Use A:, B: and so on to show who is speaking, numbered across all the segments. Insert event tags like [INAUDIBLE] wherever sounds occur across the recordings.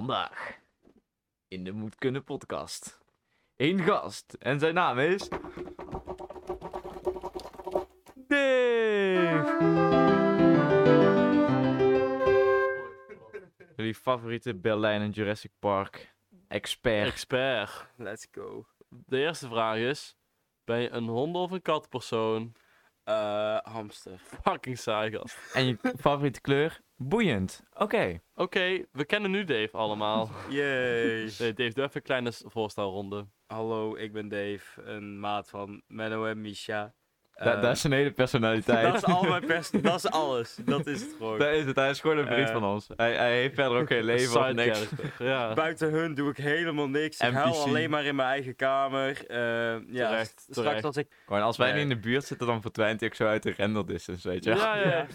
A: Vandaag in de Moet Kunnen podcast. Eén gast en zijn naam is... Dave! Jullie favoriete Berlijn en Jurassic Park expert.
B: Expert.
C: Let's go.
B: De eerste vraag is: ben je een honden- of een katpersoon?
C: Eh, hamster.
B: Fucking saai gast.
A: En je favoriete kleur? Boeiend. Oké.
C: Eh,
B: Oké, we kennen nu
A: [LAUGHS]
B: Dave allemaal.
C: Yay.
B: Nee, Dave, doe even een kleine s- voorstelronde.
C: Hallo, ik ben Dave, een maat van Menno en Misha.
A: Da-
C: Eh,
A: dat is een hele personaliteit.
C: [LAUGHS] dat is al
A: [LAUGHS]
C: mijn pers. dat is alles. Dat is het gewoon.
A: Dat is het, hij is gewoon een vriend
C: Eh.
A: van ons. Hij, hij heeft verder ook
C: [LAUGHS]
A: geen leven of
B: Side
A: niks.
B: character,
A: [LAUGHS]
B: Ja,
C: Buiten hun doe ik helemaal niks. Ik huil
A: NPC.
C: alleen maar in mijn eigen kamer. Eh, ja,
B: Terecht,
C: s-
B: terecht.
C: straks als ik.
A: Gewoon als wij
C: Nee.
A: nu in de buurt zitten, dan verdwijnt hij ook zo uit de render distance, weet je.
B: ja, ja. ja.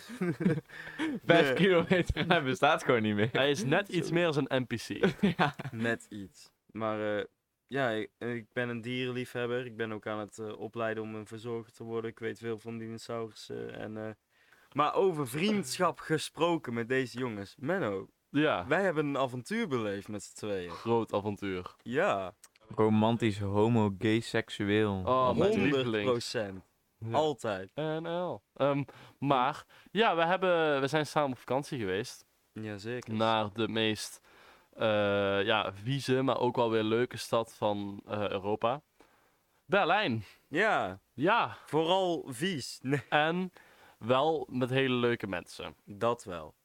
A: Vijf
C: Nee.
A: kilometer en [LAUGHS] hij bestaat gewoon niet meer.
B: [LAUGHS] Hij is net iets meer als een
A: [LAUGHS]
B: NPC.
A: ja.
C: Net iets. Maar eh, ja, ik, ik ben een dierenliefhebber. Ik ben ook aan het eh, opleiden om een verzorger te worden. Ik weet veel van dinosaurussen. En, eh, maar over vriendschap gesproken met deze jongens. Menno,
B: Ja,
C: wij hebben een avontuur beleefd met z'n tweeën.
B: groot avontuur.
C: Ja,
A: Romantisch, homo, gay, seksueel.
B: Oh,
A: Allebei.
B: hond.
C: 100
B: lievelings.
C: procent. Altijd.
B: NL. Ehm, maar, ja, we, hebben, we zijn samen op vakantie geweest.
C: Jazeker.
B: naar de meest eh, ja, vieze, maar ook wel weer leuke stad van eh, Europa. Berlijn.
C: Ja,
B: Ja,
C: vooral vies. [LAUGHS] Nee,
B: en wel met hele leuke mensen.
C: dat wel.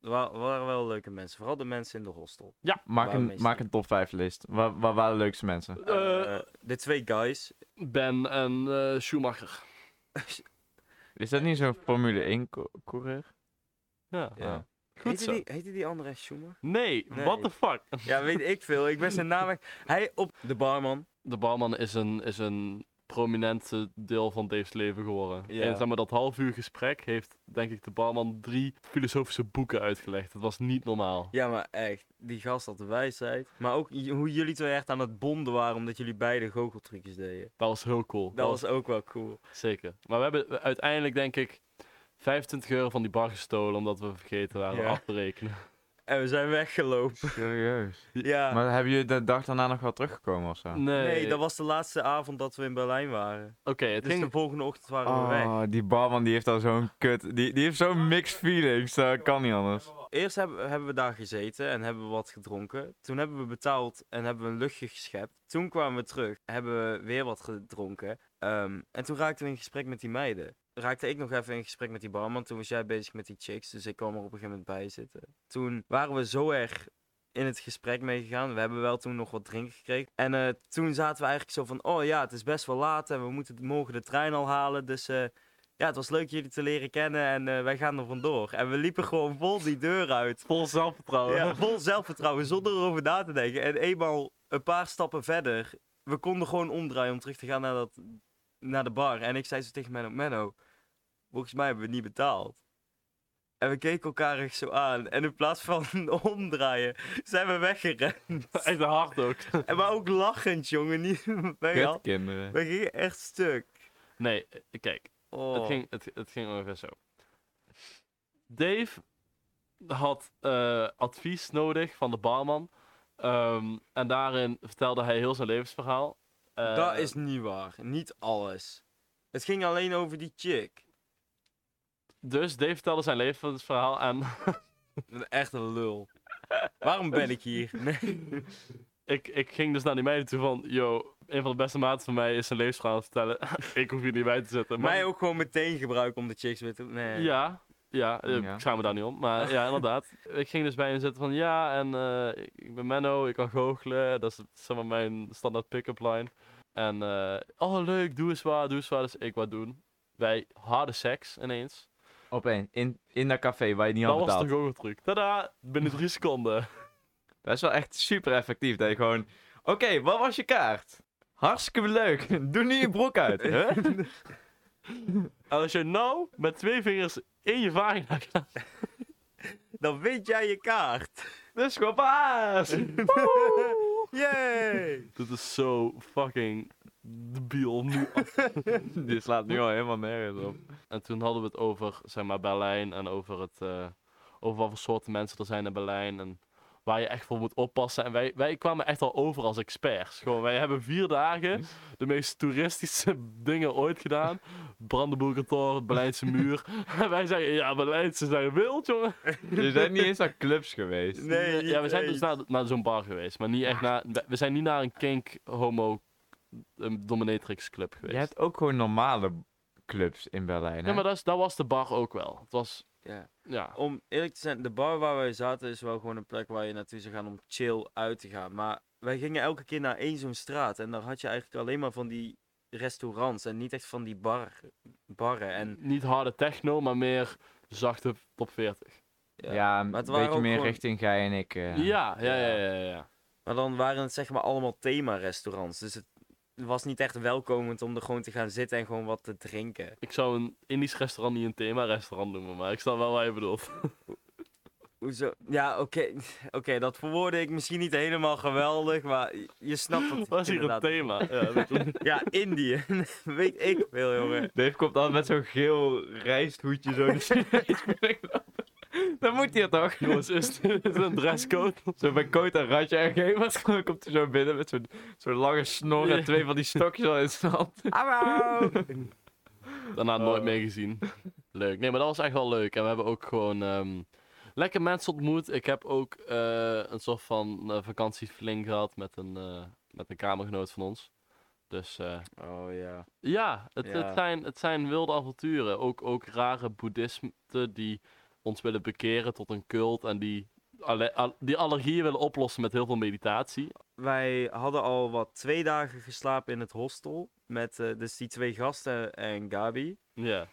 C: Er wa- waren wel leuke mensen. Vooral de mensen in de hostel.
A: Maak,
C: Waarom
A: een,
C: is
A: maak
C: dat?
A: een top 5 list. Waar, waar waren de leukste mensen?
B: Eh.
C: Eh, de twee guys.
B: Ben en eh, Schumacher.
A: Is dat niet zo'n Formule 1 co- coureur?
B: Ja.
C: Ja.
A: Ah.
B: Goed
C: heette,
B: zo.
C: die, heette die andere Schumer?
B: Nee,
C: Nee.
B: what the fuck.
C: Ja, weet ik veel. Ik ben zijn naam. echt- Hij op de barman.
B: De barman is een, is een prominent eh, deel van Dave's leven geworden.
C: Ja.
B: En zeg maar, dat half uur gesprek heeft, denk ik, de barman drie filosofische boeken uitgelegd. Dat was niet normaal.
C: Ja, maar echt. Die gast had de wijsheid. Maar ook j- hoe jullie twee echt aan het bonden waren omdat jullie beide goocheltrucjes deden.
B: Dat was heel cool.
C: Dat was ook wel cool.
B: Zeker. Maar we hebben uiteindelijk, denk ik, 25 euro van die bar gestolen. omdat we vergeten waren
C: Ja.
B: af te rekenen.
C: En we zijn weggelopen.
A: [LAUGHS] Serieus.
C: Ja.
A: Maar hebben jullie de dag daarna nog wel teruggekomen of zo?
B: Nee,
C: Nee, dat was de laatste avond dat we in Berlijn waren.
B: Oké, het
C: Dus
B: ging. Ah.
C: de volgende ochtend waren we weg.
A: Oh, die barman die heeft al zo'n kut. Die, die heeft zo'n mixed feelings. Dat kan niet anders.
C: Eerst hebben, hebben we daar gezeten en hebben we wat gedronken. Toen hebben we betaald en hebben we een luchtje geschept. Toen kwamen we terug, hebben we weer wat gedronken. Ehm, en toen raakten we in gesprek met die meiden. Raakte ik nog even in gesprek met die barman. Toen was jij bezig met die chicks, dus ik kwam er op een gegeven moment bij zitten. Toen waren we zo erg in het gesprek meegegaan. We hebben wel toen nog wat drinken gekregen. En eh, toen zaten we eigenlijk zo van... Oh ja, het is best wel laat en we moeten morgen de trein al halen. Dus eh, ja, het was leuk jullie te leren kennen en eh, wij gaan er vandoor. En we liepen gewoon vol die deur uit.
B: vol zelfvertrouwen.
C: Ja, vol zelfvertrouwen, zonder erover na te denken. En eenmaal een paar stappen verder, we konden gewoon omdraaien om terug te gaan naar, dat, naar de bar. En ik zei zo tegen Menno, Menno, volgens mij hebben we niet betaald. En we keken elkaar echt zo aan. En in plaats van [LAUGHS] omdraaien, zijn we weggerend.
B: [LAUGHS] Echt hard ook.
C: En maar ook lachend, jongen. Niet, [LAUGHS] weet je wel?
A: Kutkinderen.
C: we gingen echt stuk.
B: Nee, eh, kijk,
C: Oh.
B: het, ging, het, het ging ongeveer zo. Dave had eh, advies nodig van de barman. Ehm, en daarin vertelde hij heel zijn levensverhaal. Eh,
C: Dat is niet waar. Niet alles. Het ging alleen over die chick.
B: Dus Dave vertelde zijn levensverhaal en [LAUGHS]
C: Echt een lul. Waarom ben ik
B: [LAUGHS]
C: hier? Nee.
B: ik, ik ging dus naar die meiden toe van, yo, een van de beste maten van mij is zijn levensverhaal te vertellen. [LAUGHS] ik hoef hier niet bij te zetten. maar-
C: Mij ook gewoon meteen gebruiken om de chicks weer te... Nee.
B: Ja, ja, eh,
A: Ja.
B: ik schaam me daar niet om, maar ja, [LAUGHS] inderdaad. ik ging dus bij hen zitten van, ja, en eh, ik- ik ben Menno, ik kan goochelen, dat is zeg maar mijn standaard pick-up line. En, eh, oh leuk, doe eens waar, doe eens waar, dus ik wat doen. Wij harde seks ineens.
A: Opeens, in, in dat café waar je niet
B: dat
A: aan
B: was de
A: betaalt.
B: goocheltruc. Tada, binnen drie seconden.
A: Dat is wel echt super effectief. Dat je gewoon, oké, wat was je kaart? Hartstikke leuk. [LAUGHS] Doe nu je broek uit. hè?
B: En als je nou met twee vingers in je vagina gaat,
C: Dan wint jij je kaart.
A: Dus gewoon paas.
C: Yay!
B: dat is zo fucking debiel nu
A: [LAUGHS] Die slaat nu al helemaal nergens op.
B: En toen hadden we het over, zeg maar, Berlijn en over het, eh, over wat voor soorten mensen er zijn in Berlijn en waar je echt voor moet oppassen. En wij, wij kwamen echt al over als experts. Gewoon, wij hebben vier dagen de meest toeristische [LAUGHS] dingen ooit gedaan. Brandenburger Tor, het Berlijnse muur. en wij zeggen, ja, Berlijnse zijn wild, jongen.
A: Je bent niet eens aan clubs geweest.
C: Nee, niet
B: ja, we zijn
C: eens.
B: dus naar, naar zo'n bar geweest, maar niet echt naar... We zijn niet naar een kink homo een dominatrix club
A: Je
B: geweest.
A: hebt ook gewoon normale clubs in Berlijn.
B: Ja,
A: Hè?
B: maar dat, is, dat was de bar ook wel. Het was,
C: Ja.
B: ja.
C: Om eerlijk te zijn, de bar waar wij zaten is wel gewoon een plek waar je naartoe zou gaan om chill uit te gaan. Maar wij gingen elke keer naar één zo'n straat en daar had je eigenlijk alleen maar van die restaurants en niet echt van die bar, barren. En
B: Niet harde techno, maar meer zachte top 40.
A: ja,
C: ja.
A: een
C: Maar het waren
A: beetje
C: ook
A: meer
C: gewoon-
A: richting Gij en ik.
B: Ja,
A: eh.
B: ja, ja, ja. ja, ja.
C: Maar dan waren het zeg maar allemaal thema-restaurants. Dus het was niet echt welkomend om er gewoon te gaan zitten en gewoon wat te drinken.
B: Ik zou een Indisch restaurant niet een thema-restaurant noemen, maar ik snap wel wat je bedoelt.
C: Hoezo? Ja, oké, [LAUGHS] oké, dat verwoordde ik misschien niet helemaal geweldig, maar je- je snapt het
B: Wat is hier een
C: inderdaad.
B: thema? Ja, weet je.
C: [LAUGHS] Ja, Indië. Weet ik veel, jongen.
A: Dave komt dan met zo'n geel rijsthoedje zo. [LAUGHS] Dan moet hij toch?
B: Jongens, is dit is dit een dresscode?
A: Zo bij Kota Radje en Gemas komt hij zo binnen met zo'n zo'n lange snor en
B: Ja.
A: twee van die stokjes al in zijn hand.
C: Hallo!
B: Daarna nooit
A: Oh.
B: meer gezien. Leuk. Nee, maar dat was echt wel leuk. En we hebben ook gewoon ehm, lekker mensen ontmoet. Ik heb ook eh, een soort van eh, vakantiefling gehad met een, eh, met een kamergenoot van ons. Dus eh,
C: Oh ja.
B: ja, het,
C: Ja.
B: Het, zijn, het zijn wilde avonturen. Ook, ook rare boeddhisten die ons willen bekeren tot een cult. En die, alle- al- die allergieën willen oplossen met heel veel meditatie.
C: Wij hadden al wat twee dagen geslapen in het hostel. Met eh, dus die twee gasten en Gabi.
B: Ja.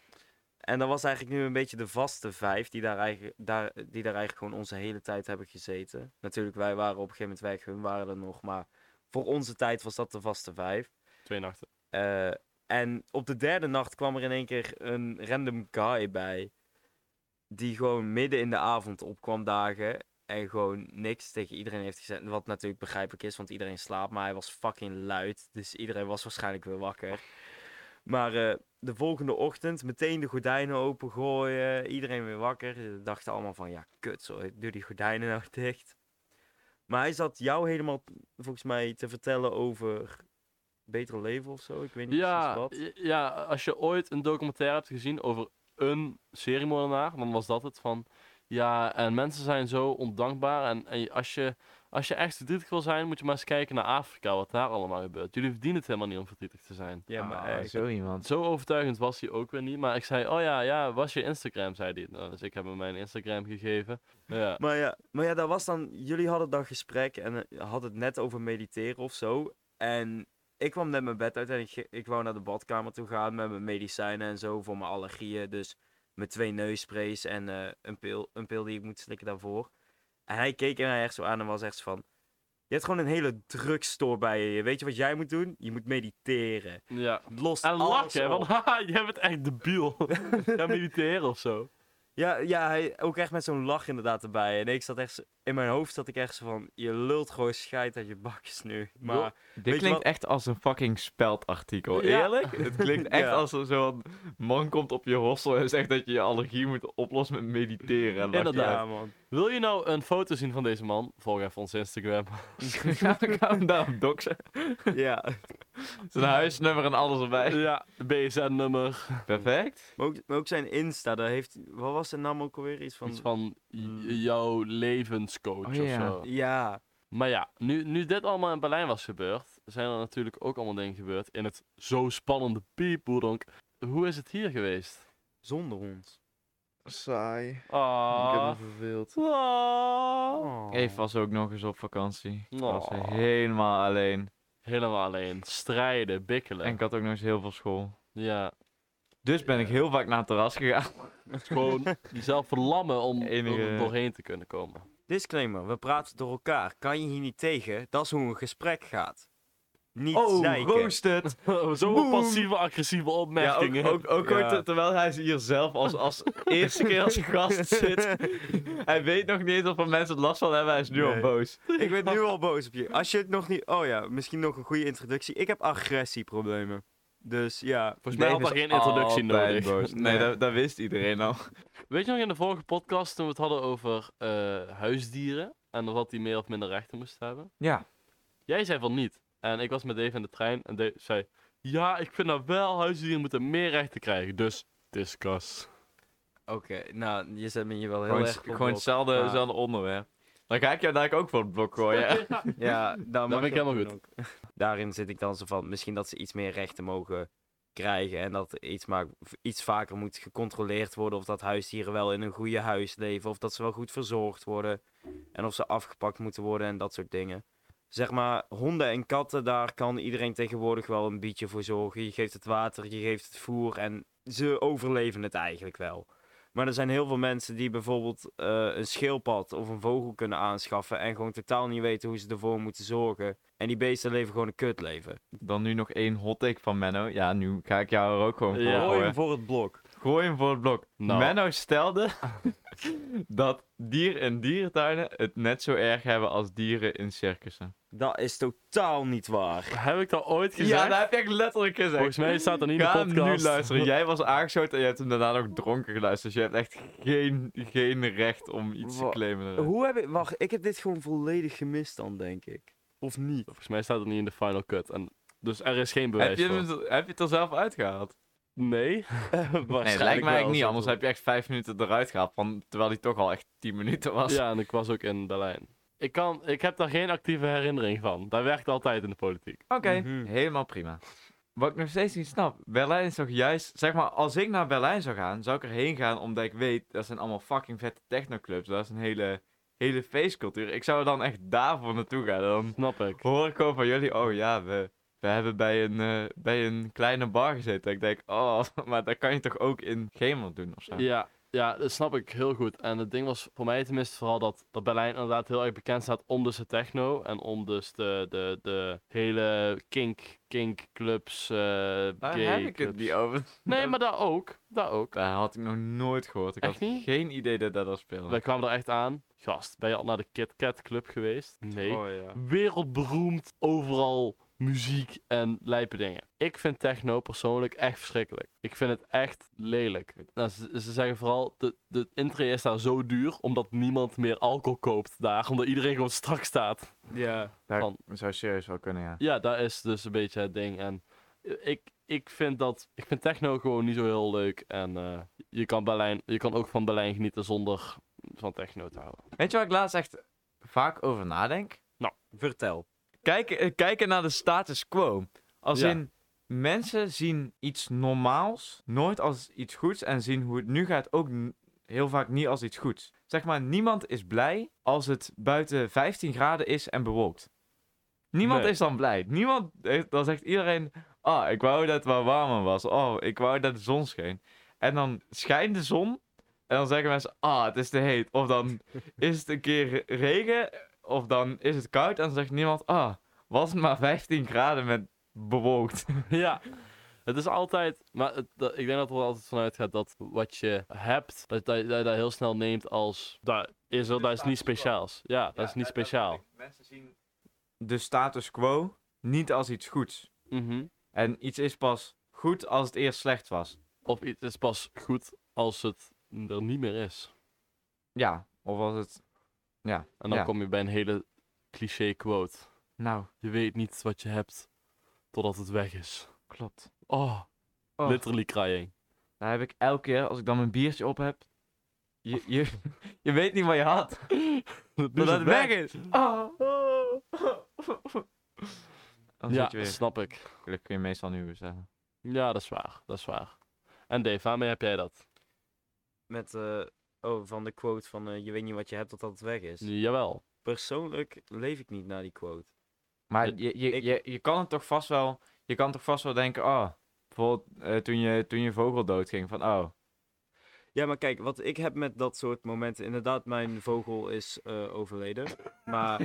C: En dat was eigenlijk nu een beetje de vaste vijf die daar, eigenlijk, daar, die daar eigenlijk gewoon onze hele tijd hebben gezeten. Natuurlijk, wij waren op een gegeven moment weg, hun waren er nog. Maar voor onze tijd was dat de vaste vijf.
B: Twee nachten.
C: Eh, en op de derde nacht kwam er in één keer een random guy bij. Die gewoon midden in de avond opkwam dagen. En gewoon niks tegen iedereen heeft gezegd. Wat natuurlijk begrijpelijk is, want iedereen slaapt. Maar hij was fucking luid. Dus iedereen was waarschijnlijk weer wakker. Maar eh, de volgende ochtend meteen de gordijnen opengooien. Iedereen weer wakker. Ze dachten allemaal van, ja kut zo, doe die gordijnen nou [LAUGHS] dicht. Maar hij zat jou helemaal, volgens mij, te vertellen over beter leven of zo. Ik weet niet precies
B: Ja,
C: wat.
B: j- ja, als je ooit een documentaire hebt gezien over een seriemoordenaar, dan was dat het van... Ja, en mensen zijn zo ondankbaar. En, en je- als, je, als je echt verdrietig wil zijn, moet je maar eens kijken naar Afrika, wat daar allemaal gebeurt. Jullie verdienen het helemaal niet om verdrietig te zijn.
C: Ja, maar eh,
A: Ah,
C: echt.
A: zo iemand.
B: Zo overtuigend was hij ook weer niet. Maar ik zei, oh ja, ja, was je Instagram, zei hij. Nou, dus ik heb hem mijn Instagram gegeven. Ja.
C: Maar ja, maar ja, dat was dan. Jullie hadden dan gesprek en eh, hadden het net over mediteren of zo. En ik kwam net mijn bed uit en ik, ge- ik wou naar de badkamer toe gaan met mijn medicijnen en zo voor mijn allergieën. Dus mijn twee neussprays en eh, een, pil, een pil die ik moet slikken daarvoor. En hij keek mij echt zo aan en was echt zo van. Je hebt gewoon een hele drugstore bij je. Weet je wat jij moet doen? Je moet mediteren.
B: ja.
C: Los
B: En
C: alles
B: lachen,
C: op.
B: want [LAUGHS] haha, jij bent echt debiel. Ga mediteren of zo.
C: Ja, ja hij, ook echt met zo'n lach inderdaad erbij. En ik zat echt, zo- in mijn hoofd zat ik echt zo van, je lult gewoon scheid uit je bakjes nu. Maar
A: Dit
C: je
A: klinkt
C: wat-
A: echt als een fucking speldartikel.
B: Ja.
A: Eerlijk? Het klinkt echt
C: Ja.
A: als er zo'n man komt op je hostel en zegt dat je je allergie moet oplossen met mediteren. En lachen.
B: Inderdaad.
C: ja, man. [LAUGHS]
B: Wil je nou een foto zien van deze man? Volg even ons Instagram.
A: [LAUGHS] Gaan we- gaan we daarom doxen?
C: Ja.
A: Zijn huisnummer en alles
C: [LAUGHS]
A: erbij.
B: Ja, BSN-nummer.
A: Perfect.
C: Maar ook, maar ook zijn Insta, daar heeft, wat was zijn naam ook alweer? Iets van...
B: Iets van j- jouw levenscoach
A: Oh, ja.
B: of zo.
C: Ja.
B: Maar ja, nu, nu dit allemaal in Berlijn was gebeurd, zijn er natuurlijk ook allemaal dingen gebeurd in het zo spannende Piepboerdonk. Hoe is het hier geweest?
C: Zonder ons.
D: Saai. Ik
B: Ah.
D: heb me verveeld.
B: Ah.
A: Eve was ook nog eens op vakantie. Was
B: Oh.
A: helemaal alleen.
B: Helemaal alleen. Strijden, bikkelen.
A: En ik had ook nog eens heel veel school.
B: Ja,
A: Dus ben ik
C: Ja.
A: heel vaak naar het terras gegaan.
B: het is gewoon jezelf verlammen om, om
A: Enige-
B: er doorheen te kunnen
A: [LAUGHS]
B: komen.
C: Disclaimer, we praten door elkaar. Kan je hier niet tegen? Dat is hoe een gesprek gaat. Niet
B: Oh,
C: zeiken.
A: Oh, roasted!
B: Zo'n
A: Boem.
B: passieve-agressieve
A: Ja, ook,
B: opmerkingen.
A: ook, ook gewoon
C: Ja.
A: te- terwijl hij hier zelf als, als eerste keer als
C: [LAUGHS]
A: gast zit. Hij weet nog niet eens of er mensen het last van hebben, hij is nu al
C: Nee.
A: boos.
C: [LAUGHS] Ik ben nu al boos op je. Als je het nog niet... Oh ja, misschien nog een goede introductie. Ik heb agressieproblemen. Dus ja.
B: Volgens mij had daar geen introductie nodig.
A: Oh, Nee,
C: Nee.
A: dat, dat wist iedereen al.
B: Weet je nog in de vorige podcast toen we het hadden over eh, huisdieren? En of dat hij meer of minder rechten moest hebben.
A: Ja.
B: Jij zei van niet. En ik was met Dave in de trein en Dave zei... Ja, ik vind dat wel, huisdieren moeten meer rechten krijgen. Dus, discuss.
C: Oké, nou, je zet me hier wel heel
A: Gewoon,
C: erg op
A: gewoon
C: op.
A: hetzelfde,
C: Ja.
A: hetzelfde onderwerp. Dan ga ik jou daar ook voor het blok gooien.
B: [LAUGHS]
C: Ja, daar
B: ben ik helemaal goed.
C: [LAUGHS] Daarin zit ik dan zo van, misschien dat ze iets meer rechten mogen krijgen en dat iets, maar, iets vaker moet gecontroleerd worden of dat huisdieren wel in een goede huis leven of dat ze wel goed verzorgd worden en of ze afgepakt moeten worden en dat soort dingen. Zeg maar, honden en katten, daar kan iedereen tegenwoordig wel een beetje voor zorgen. Je geeft het water, je geeft het voer en ze overleven het eigenlijk wel. Maar er zijn heel veel mensen die bijvoorbeeld eh, een schildpad of een vogel kunnen aanschaffen en gewoon totaal niet weten hoe ze ervoor moeten zorgen. En die beesten leven gewoon een kutleven.
A: Dan nu nog één hot take van Menno. Ja, nu ga ik jou er ook gewoon voor
B: Ja.
C: Gooi hem
A: gooien.
C: voor het blok.
A: Gooi hem voor het blok.
B: Nou.
A: Menno stelde [LAUGHS] dat dieren in dierentuinen het net zo erg hebben als dieren in circussen.
C: Dat is totaal niet waar.
B: Heb ik dat ooit gezegd?
A: Ja, dat heb je echt letterlijk gezegd.
B: Volgens mij staat er niet in de
A: Ga hem nu
B: podcast.
A: luisteren. Jij was aangeschoten en je hebt hem daarna nog dronken geluisterd. Dus je hebt echt geen, geen recht om iets
C: Wa-
A: te claimen. erin.
C: Eh, Hoe heb ik... Wacht, ik heb dit gewoon volledig gemist dan, denk ik. Of [LAUGHS] niet?
B: Volgens mij staat het niet in de final cut. En, dus er is geen bewijs
A: Heb je,
B: voor.
A: hem, heb je het er zelf uitgehaald?
B: Nee.
A: Nee, het lijkt mij eigenlijk niet. Anders heb je echt vijf minuten eruit gehaald. Van, terwijl die toch al echt tien minuten was.
B: Ja, en ik was ook in Berlijn. Ik, kan, ik heb daar geen actieve herinnering van. Dat werkt altijd in de politiek.
A: Oké,
C: Mhm.
A: [LAUGHS] helemaal prima. Wat ik nog steeds niet snap, Berlijn is toch juist, zeg maar, als ik naar Berlijn zou gaan, zou ik erheen gaan omdat ik weet, dat zijn allemaal fucking vette technoclubs, dat is een hele, hele feestcultuur. Ik zou dan echt daarvoor naartoe gaan. Dan
B: Snap ik.
A: hoor ik gewoon van jullie, oh ja, we, we hebben bij een, eh, bij een kleine bar gezeten. Ik denk, oh, [LAUGHS] maar dat kan je toch ook in Gemel doen of zo?
B: Ja, ja, dat snap ik heel goed. En het ding was voor mij tenminste vooral dat, dat Berlijn inderdaad heel erg bekend staat om dus de techno. En om dus de, de, de hele kink, kink clubs, eh
A: Daar
B: gay
A: heb ik het
B: clubs.
A: niet over.
B: Nee, maar daar ook. Daar ook.
A: Daar had ik nog nooit gehoord. Ik
B: Echt
A: had
B: niet?
A: geen idee dat dat al speelde.
B: Wij kwamen er echt aan. Gast, ben je al naar de Kit Kat Club geweest? Nee.
A: Oh ja.
B: wereldberoemd, overal muziek en lijpe dingen. Ik vind techno persoonlijk echt verschrikkelijk. Ik vind het echt lelijk. Nou, ze, ze zeggen vooral, de, de intree is daar zo duur, omdat niemand meer alcohol koopt daar, omdat iedereen gewoon strak staat.
C: Ja.
A: Dat
B: Van-
A: zou serieus wel kunnen, ja.
B: Ja, dat is dus een beetje het ding. En ik, ik vind dat, ik vind techno gewoon niet zo heel leuk. En eh, je, kan Berlijn, je kan ook van Berlijn genieten zonder van techno te houden.
A: Weet je waar ik laatst echt vaak over nadenk? [LAUGHS]
C: Vertel.
A: Kijken, eh, kijken naar de status quo. Als
B: Ja.
A: in, mensen zien iets normaals nooit als iets goeds en zien hoe het nu gaat ook n- heel vaak niet als iets goeds. Zeg maar, niemand is blij als het buiten 15 graden is en bewolkt. Niemand
B: Nee.
A: is dan blij. Niemand, eh, dan zegt iedereen, ah, ik wou dat het wel warmer was. Oh, ik wou dat de zon scheen. En dan schijnt de zon en dan zeggen mensen, ah, het is te heet. Of dan
B: [LAUGHS]
A: is het een keer re- regen, of dan is het koud. En dan zegt niemand, ah, was het maar 15 graden met bewolkt.
B: [LAUGHS] Ja. Het is altijd, maar het- dat- ik denk dat er wel altijd vanuit gaat dat wat je hebt, dat dat- dat je dat, heel snel neemt als, dat is er, dat is niet speciaals. Ja, dat is niet speciaal.
A: Mensen zien de status quo niet als iets goeds.
B: Mhm.
A: En iets is pas goed als het eerst slecht was.
B: Of het is pas goed als het er niet meer is.
A: Ja, of als het,
B: En dan
A: Ja.
B: kom je bij een hele cliché quote.
A: nou,
B: Je weet niet wat je hebt totdat het weg is.
A: klopt.
B: Oh,
A: Oh.
B: literally crying.
A: Daar heb ik elke keer, als ik dan mijn biertje op heb, je, je, [LAUGHS] je weet niet wat je had.
B: Nu is
A: Totdat
B: het
A: Dus het weg is. Oh. Dan zit je
B: Ja,
A: weer.
B: snap ik.
A: Dat kun je meestal nu weer zeggen.
B: Ja, dat is waar. Dat is waar. En Dave, waarmee heb jij dat?
C: Met, eh, oh, van de quote van eh, je weet niet wat je hebt totdat het weg is.
A: [LAUGHS]
B: Jawel.
C: Persoonlijk leef ik niet naar die quote.
A: Maar
B: Het-
A: je, je,
C: ik-
A: je, je kan het toch vast wel, je kan toch vast wel denken, oh, bijvoorbeeld eh, toen, je, toen je vogel doodging, van oh,
C: Ja, maar kijk, wat ik heb met dat soort momenten. Inderdaad, mijn vogel is eh, overleden.
A: [LAUGHS]
C: Maar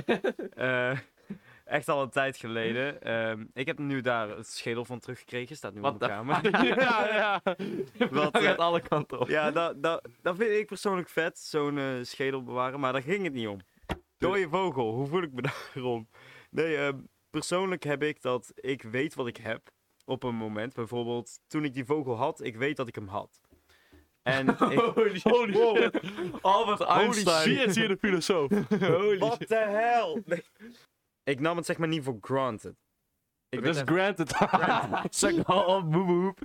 C: eh, [LAUGHS] echt al een tijd geleden. Ehm, ik heb nu daar het schedel van teruggekregen. Staat nu
A: What
C: op mijn
A: the
C: kamer.
B: ja, ja.
C: Wat,
A: dat
C: eh,
A: gaat alle kanten op.
C: ja, dat, dat, dat vind ik persoonlijk vet. Zo'n eh, schedel bewaren. Maar daar ging het niet om. Dode vogel, hoe voel ik me [LAUGHS] daarom? Nee, ehm, persoonlijk heb ik dat ik weet wat ik heb op een moment. Bijvoorbeeld toen ik die vogel had, ik weet dat ik hem had.
A: [LAUGHS]
C: En ik,
B: Holy, shit.
A: Albert
B: Holy
A: Einstein.
B: shit, hier de filosoof.
C: what the hell? Nee. Ik nam het zeg maar niet voor granted. Ik
B: Dus
C: weet
B: granted. [LAUGHS]
A: Zeg nou op, boep, boep.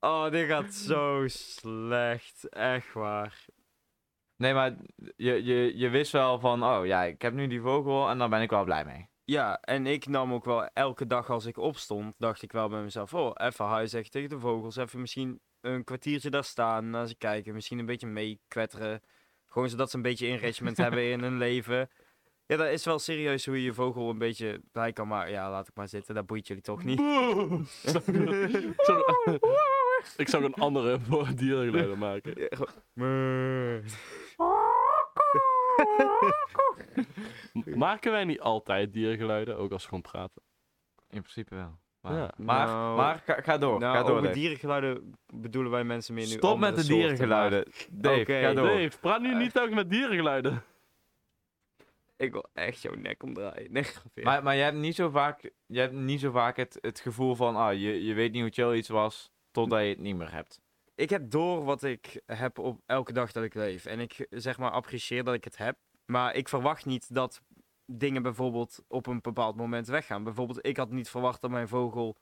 C: Oh, dit gaat zo slecht. Echt waar.
A: Nee, maar je, je, je wist wel van, oh ja, ik heb nu die vogel en daar ben ik wel blij mee.
C: Ja, en ik nam ook wel elke dag als ik opstond, dacht ik wel bij mezelf, oh, even huis zeggen tegen de vogels, even misschien een kwartiertje daar staan, naar ze kijken, misschien een beetje meekwetteren. Gewoon zodat ze een beetje enrichment hebben in hun leven. Ja, dat is wel serieus hoe je je vogel een beetje bij kan maken. Ja, laat ik maar zitten, dat boeit jullie toch niet.
B: Boe. Zou ik een- zou ik- Ik zou een andere voor dierengeluiden maken.
C: Ja, gewoon, "Meh."
B: Maken wij niet altijd dierengeluiden, ook als we gewoon praten?
A: In principe wel. Maar,
B: Ja.
A: maar,
C: Nou-
A: maar ga, ga door, ga
C: nou,
A: door.
C: over
A: Dave.
C: dierengeluiden bedoelen wij mensen meer nu
A: Stop met de
C: andere soorten, maar
A: dierengeluiden. Dave,
C: Oké,
A: ga door.
B: Dave, praat nu niet ook met dierengeluiden.
C: Ik wil echt jouw nek omdraaien. Nee, grapje.
A: Maar, maar je hebt niet zo vaak, je hebt niet zo vaak het, het gevoel van, ah, je, je weet niet hoe chill iets was, totdat je het niet meer hebt.
C: ik heb door wat ik heb op elke dag dat ik leef. En ik zeg maar apprecieer dat ik het heb. Maar ik verwacht niet dat dingen bijvoorbeeld op een bepaald moment weggaan. Bijvoorbeeld, ik had niet verwacht dat mijn vogel.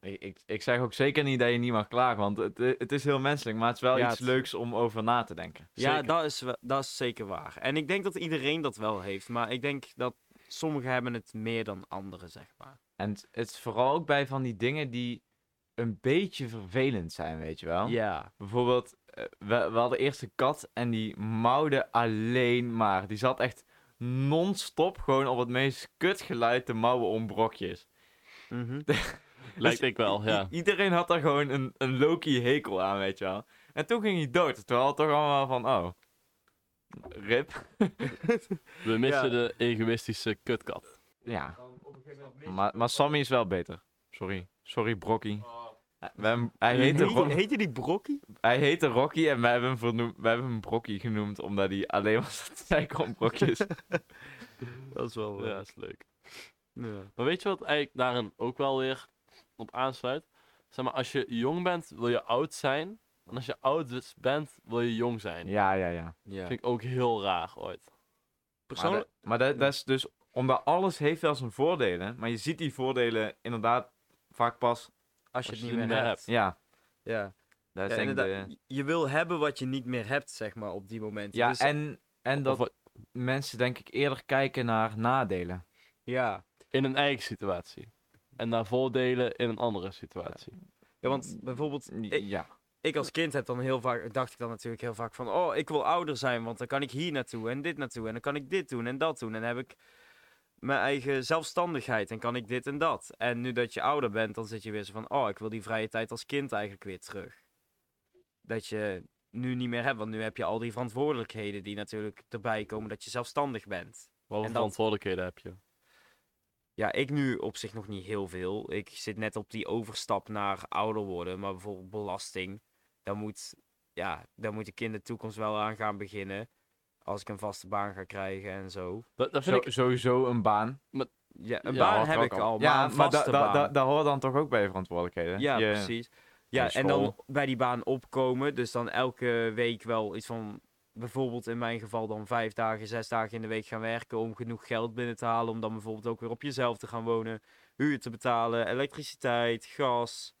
A: Ik, ik, ik zeg ook zeker niet dat je niet mag klagen, want het, het is heel menselijk, maar het is wel
C: Ja,
A: iets
C: het-
A: leuks om over na te denken.
C: Ja,
A: Zeker.
C: dat is, we- dat is zeker waar. En ik denk dat iedereen dat wel heeft. Maar ik denk dat sommigen hebben het meer dan anderen, zeg maar.
A: En het, het is vooral ook bij van die dingen die een beetje vervelend zijn, weet je wel?
C: Ja.
A: Bijvoorbeeld, eh, we, we hadden eerst een kat en die mauwde alleen maar. Die zat echt non-stop gewoon op het meest kutgeluid te mouwen om brokjes.
C: Mhm.
B: Lijkt ik wel,
A: I-
B: ja.
A: iedereen had daar gewoon een, een Loki hekel aan, weet je wel. En toen ging hij dood, terwijl het toch allemaal van, oh, rip.
B: We missen de egoïstische kutkat.
A: Ja, maar, maar Sammy is wel beter. Sorry, sorry Brokkie. Hij- we hebben- hij, heette Ro-
C: Heette die Brokkie?
A: hij heette Rocky en wij hebben hem, vernoemd, wij hebben hem Brokkie genoemd, omdat hij alleen maar zat te zeiken om brokjes.
C: Dat is wel.
B: Ja,
A: eh,
C: Ja.
B: is leuk.
C: Ja.
B: Maar weet je wat eigenlijk daarin ook wel weer op aansluit? Zeg maar, als je jong bent, wil je oud zijn. En als je oud dus bent, wil je jong zijn.
A: ja, ja, ja.
B: Vind ik ook heel raar ooit.
C: Persoonlijk.
A: Maar, dat, maar dat, dat is dus, omdat alles heeft wel zijn voordelen, maar je ziet die voordelen inderdaad vaak pas,
C: Als je het
B: Als je
C: niet
B: het
C: meer
B: niet meer
C: hebt.
A: ja,
C: Ja.
A: dat is
C: Ja,
A: denk ik
C: inderdaad.
A: de-
C: Je- Je wil hebben wat je niet meer hebt, zeg maar, op die moment.
A: Ja,
C: Dus-
A: en, en dat
B: Of wat-
A: mensen denk ik eerder kijken naar nadelen.
C: ja.
B: in een eigen situatie. En naar voordelen in een andere situatie.
C: ja, want bijvoorbeeld, ik,
A: Ja.
C: ik als kind heb dan heel vaak, dacht ik dan natuurlijk heel vaak van, oh, ik wil ouder zijn, want dan kan ik hier naartoe en dit naartoe en dan kan ik dit doen en dat doen en dan heb ik mijn eigen zelfstandigheid en kan ik dit en dat. En nu dat je ouder bent, dan zit je weer zo van, oh, ik wil die vrije tijd als kind eigenlijk weer terug. Dat je nu niet meer hebt, want nu heb je al die verantwoordelijkheden die natuurlijk erbij komen dat je zelfstandig bent.
B: Wat voor
C: dat-
B: verantwoordelijkheden heb je?
C: Ja, ik nu op zich nog niet heel veel. Ik zit net op die overstap naar ouder worden, maar bijvoorbeeld belasting. Daar moet, ja, daar moet ik in de toekomst wel aan gaan beginnen. Als ik een vaste baan ga krijgen en zo.
B: Dat, dat
A: Zo,
B: vind ik...
A: sowieso een baan.
C: Ja, een
B: Ja,
C: baan
B: hoort
C: heb
B: er
C: ik
B: ook
C: al, maar
A: ja,
C: een
A: maar da-
C: vaste
A: da-
C: baan.
A: da- daar hoort dan toch ook bij je verantwoordelijkheden.
C: ja,
A: Je-
C: precies. Ja,
A: je
C: en dan
A: school.
C: bij die baan opkomen. Dus dan elke week wel iets van, bijvoorbeeld in mijn geval dan vijf dagen, zes dagen in de week gaan werken om genoeg geld binnen te halen. Om dan bijvoorbeeld ook weer op jezelf te gaan wonen, huur te betalen, elektriciteit, gas,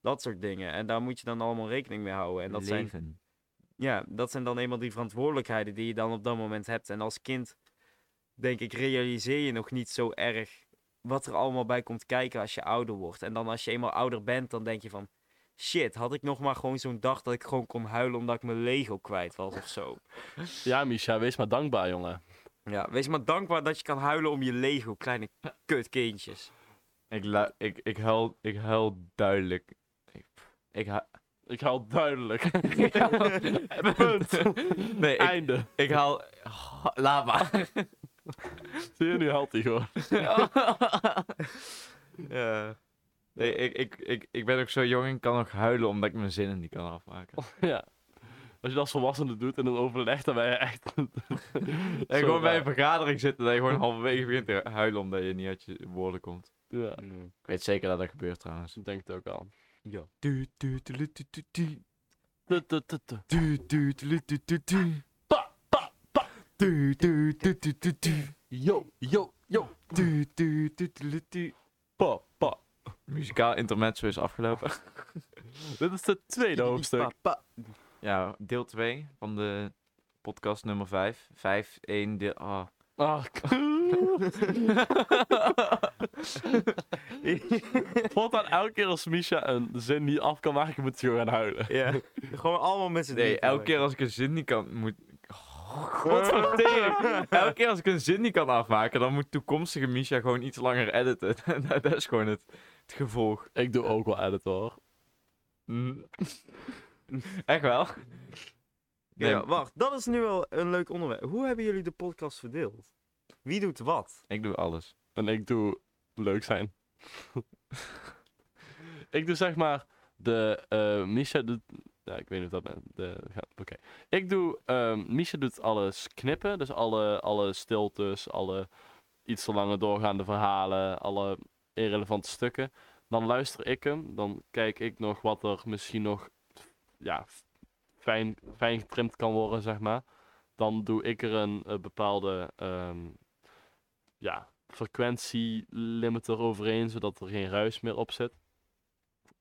C: dat soort dingen. En daar moet je dan allemaal rekening mee houden. En dat zijn,
A: Leven.
C: ja, dat zijn dan eenmaal die verantwoordelijkheden die je dan op dat moment hebt. En als kind, denk ik, realiseer je nog niet zo erg wat er allemaal bij komt kijken als je ouder wordt. En dan als je eenmaal ouder bent, dan denk je van... Shit, had ik nog maar gewoon zo'n dag dat ik gewoon kon huilen omdat ik mijn Lego kwijt was of zo.
B: Ja, Misha, wees maar dankbaar, jongen.
C: Ja, wees maar dankbaar dat je kan huilen om je Lego, kleine kutkindjes.
A: Ik, lu- ik, ik, huil, ik huil duidelijk. Ik, ik
C: [LAUGHS]
A: hu-
B: Ik haal duidelijk.
A: Punt. [LAUGHS] nee, ik,
B: Einde.
A: ik haal... laat maar.
B: Zie je, nu haalt hij gewoon.
A: [LAUGHS] ja. Nee, ik, ik, ik, ik ben ook zo jong en kan nog huilen omdat ik mijn zinnen niet kan afmaken.
B: Ja. Als je dat als volwassene doet en dan overlegt, dan ben je
A: [LAUGHS]
B: echt...
A: En
B: Zo
A: gewoon bij een
B: raar.
A: vergadering zitten dat je gewoon halverwege begint te huilen omdat je niet uit je woorden komt.
B: Ja,
A: Mm. Ik weet zeker dat dat gebeurt trouwens.
B: ik denk het ook al.
A: Du- du- du- du- du- du- du.
B: Tu, tu, tu, tu.
A: Du, du, du, du, du, du.
B: Pa, pa, pa.
A: Du, du, du, du, du, du.
B: Yo, yo, yo.
A: Du, du, du, du, du, du.
B: Pa, pa.
A: Muzikaal intermezzo is afgelopen.
B: Dit is het tweede hoofdstuk.
A: Ja, deel 2 van de podcast nummer 5. 5, 1, deel... ah.
B: Ah, [LAUGHS] Voortaan elke keer als Misha een zin niet af kan maken, moet ze gewoon gaan huilen.
C: Ja. Gewoon allemaal met z'n
A: Nee,
C: drieën
A: elke keer als ik een zin niet kan... [LAUGHS] Moet... God van tering. Elke keer als ik een zin niet kan afmaken, dan moet toekomstige Misha gewoon iets langer editen. [LAUGHS] Nou, dat dat is gewoon het, het gevolg.
B: Ik doe ook wel edit hoor.
A: Mm. [LAUGHS] Echt wel?
C: Ja,
A: Nee,
C: wacht, dat is nu wel een leuk onderwerp. Hoe hebben jullie de podcast verdeeld? Wie doet wat?
A: ik doe alles.
B: En ik doe leuk zijn. [LAUGHS] ik doe zeg maar de eh Misha doet. Ja, ik weet niet of dat men- de ja, Oké. Ik doe. ehm Misha doet alles knippen. Dus alle, alle stiltes, alle iets te lange doorgaande verhalen, alle irrelevante stukken. Dan luister ik hem. Dan kijk ik nog wat er misschien nog ja, fijn, fijn getrimd kan worden, zeg maar. Dan doe ik er een eh, bepaalde ehm, ja, frequentielimiter overheen, zodat er geen ruis meer op zit.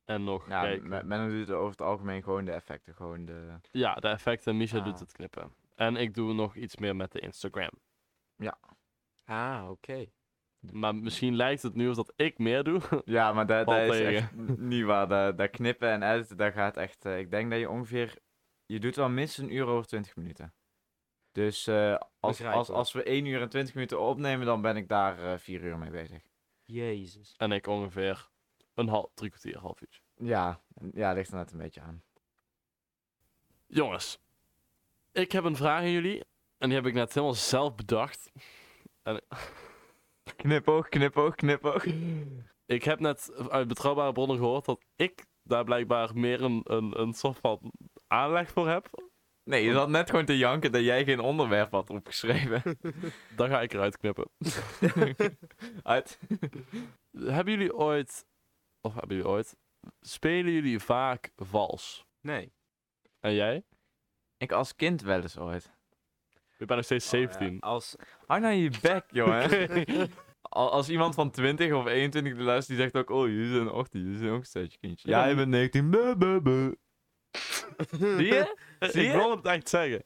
B: En nog,
A: Ja,
B: kijk,
A: men men doet over het algemeen gewoon de effecten. Gewoon de...
B: ja, de effecten. Misha doet
A: Ah.
B: het knippen. En ik doe nog iets meer met de Instagram.
C: Ah, oké.
B: Maar misschien lijkt het nu alsof dat ik meer doe. [LAUGHS]
A: Ja, maar dat,
B: Valt
A: dat is
B: tegen.
A: echt n- niet waar. Dat, dat knippen en editen, dat gaat echt... eh, ik denk dat je ongeveer... Je doet wel minstens een uur over 20 minuten. Dus eh, als, als,
C: Begrijpelijk.
A: als we 1 uur en 20 minuten opnemen, dan ben ik daar eh 4 uur mee bezig.
C: Jezus.
B: En ik ongeveer een half, drie kwartier, half uurtje.
A: Ja, ja ligt er net een beetje aan.
B: Jongens, ik heb een vraag aan jullie. En die heb ik net helemaal zelf bedacht.
A: Knipoog, knipoog, knipoog.
B: Ik heb net uit betrouwbare bronnen gehoord dat ik daar blijkbaar meer een, een, een soort van aanleg voor heb.
A: Nee, je zat net gewoon te janken dat jij geen onderwerp had opgeschreven.
B: Dan ga ik eruit knippen.
A: [LAUGHS] Uit.
B: Hebben jullie ooit, of hebben jullie ooit, spelen jullie vaak vals?
C: Nee.
B: En jij?
A: Ik als kind wel eens ooit.
B: Ik ben nog steeds
C: Oh,
B: 17.
C: eh, als...
A: Hou nou je bek, [LAUGHS] jongen.
B: Oké.
A: Al- Als iemand van 20 of 21 de luistert, die zegt ook... Oh, jullie zijn 18, jullie zijn ook een steeds kindje.
B: Ja,
A: Ja, je bent 19. Buh, buh, buh. [LAUGHS] Zie [LAUGHS] je? Zie
B: ik
A: je?
B: wil het echt zeggen.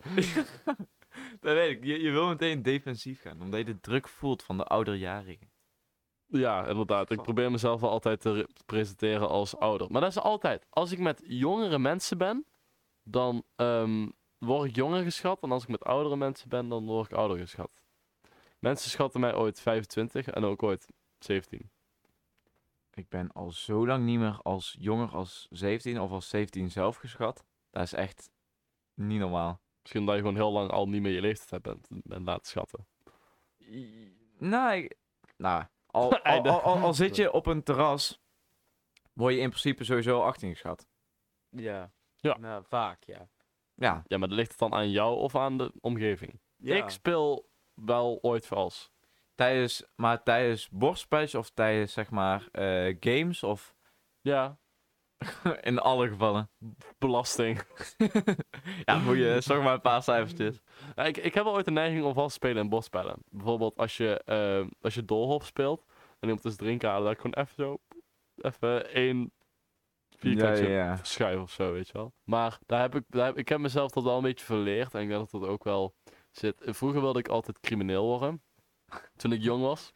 A: [LAUGHS] Dat weet ik. Je, je wil meteen defensief gaan, omdat je de druk voelt van de ouderjarigen.
B: Ja, inderdaad. Ik probeer mezelf wel altijd te re- presenteren als ouder. Maar dat is altijd. Als ik met jongere mensen ben, dan ehm, word ik jonger geschat. En als ik met oudere mensen ben, dan word ik ouder geschat. Mensen schatten mij ooit 25 en ook ooit 17.
A: Ik ben al zo lang niet meer als jonger als 17 of als 17 zelf geschat. Dat is echt niet normaal.
B: Misschien dat je gewoon heel lang al niet meer je leeftijd bent, bent laten schatten.
A: I- Nou, ik- nou
B: [LAUGHS]
A: al, al,
B: Einde.
A: al, al- al zit je op een terras, word je in principe sowieso 18 geschat.
C: Ja.
B: Ja.
C: Nou, vaak, ja.
A: Ja,
B: Ja, maar dat ligt het dan aan jou of aan de omgeving?
C: ja.
B: Ik speel wel ooit vals.
A: tijdens, maar tijdens borstpatch of tijdens zeg maar eh, games of [LAUGHS]
B: Ja,
A: in alle gevallen.
B: belasting.
A: Ja, moet
B: [LAUGHS]
A: je, zeg maar een paar cijfertjes.
B: Ja, ik, ik heb wel ooit de neiging om vast te spelen in bordspellen. Bijvoorbeeld als je, ehm als je doolhof speelt en iemand is drinken halen, dat ik gewoon even zo, even één vierkantje schuif of zo, weet je wel. Maar daar heb ik, daar heb, ik heb mezelf dat wel een beetje verleerd en ik denk dat dat ook wel zit. Vroeger wilde ik altijd crimineel worden. Toen ik jong was,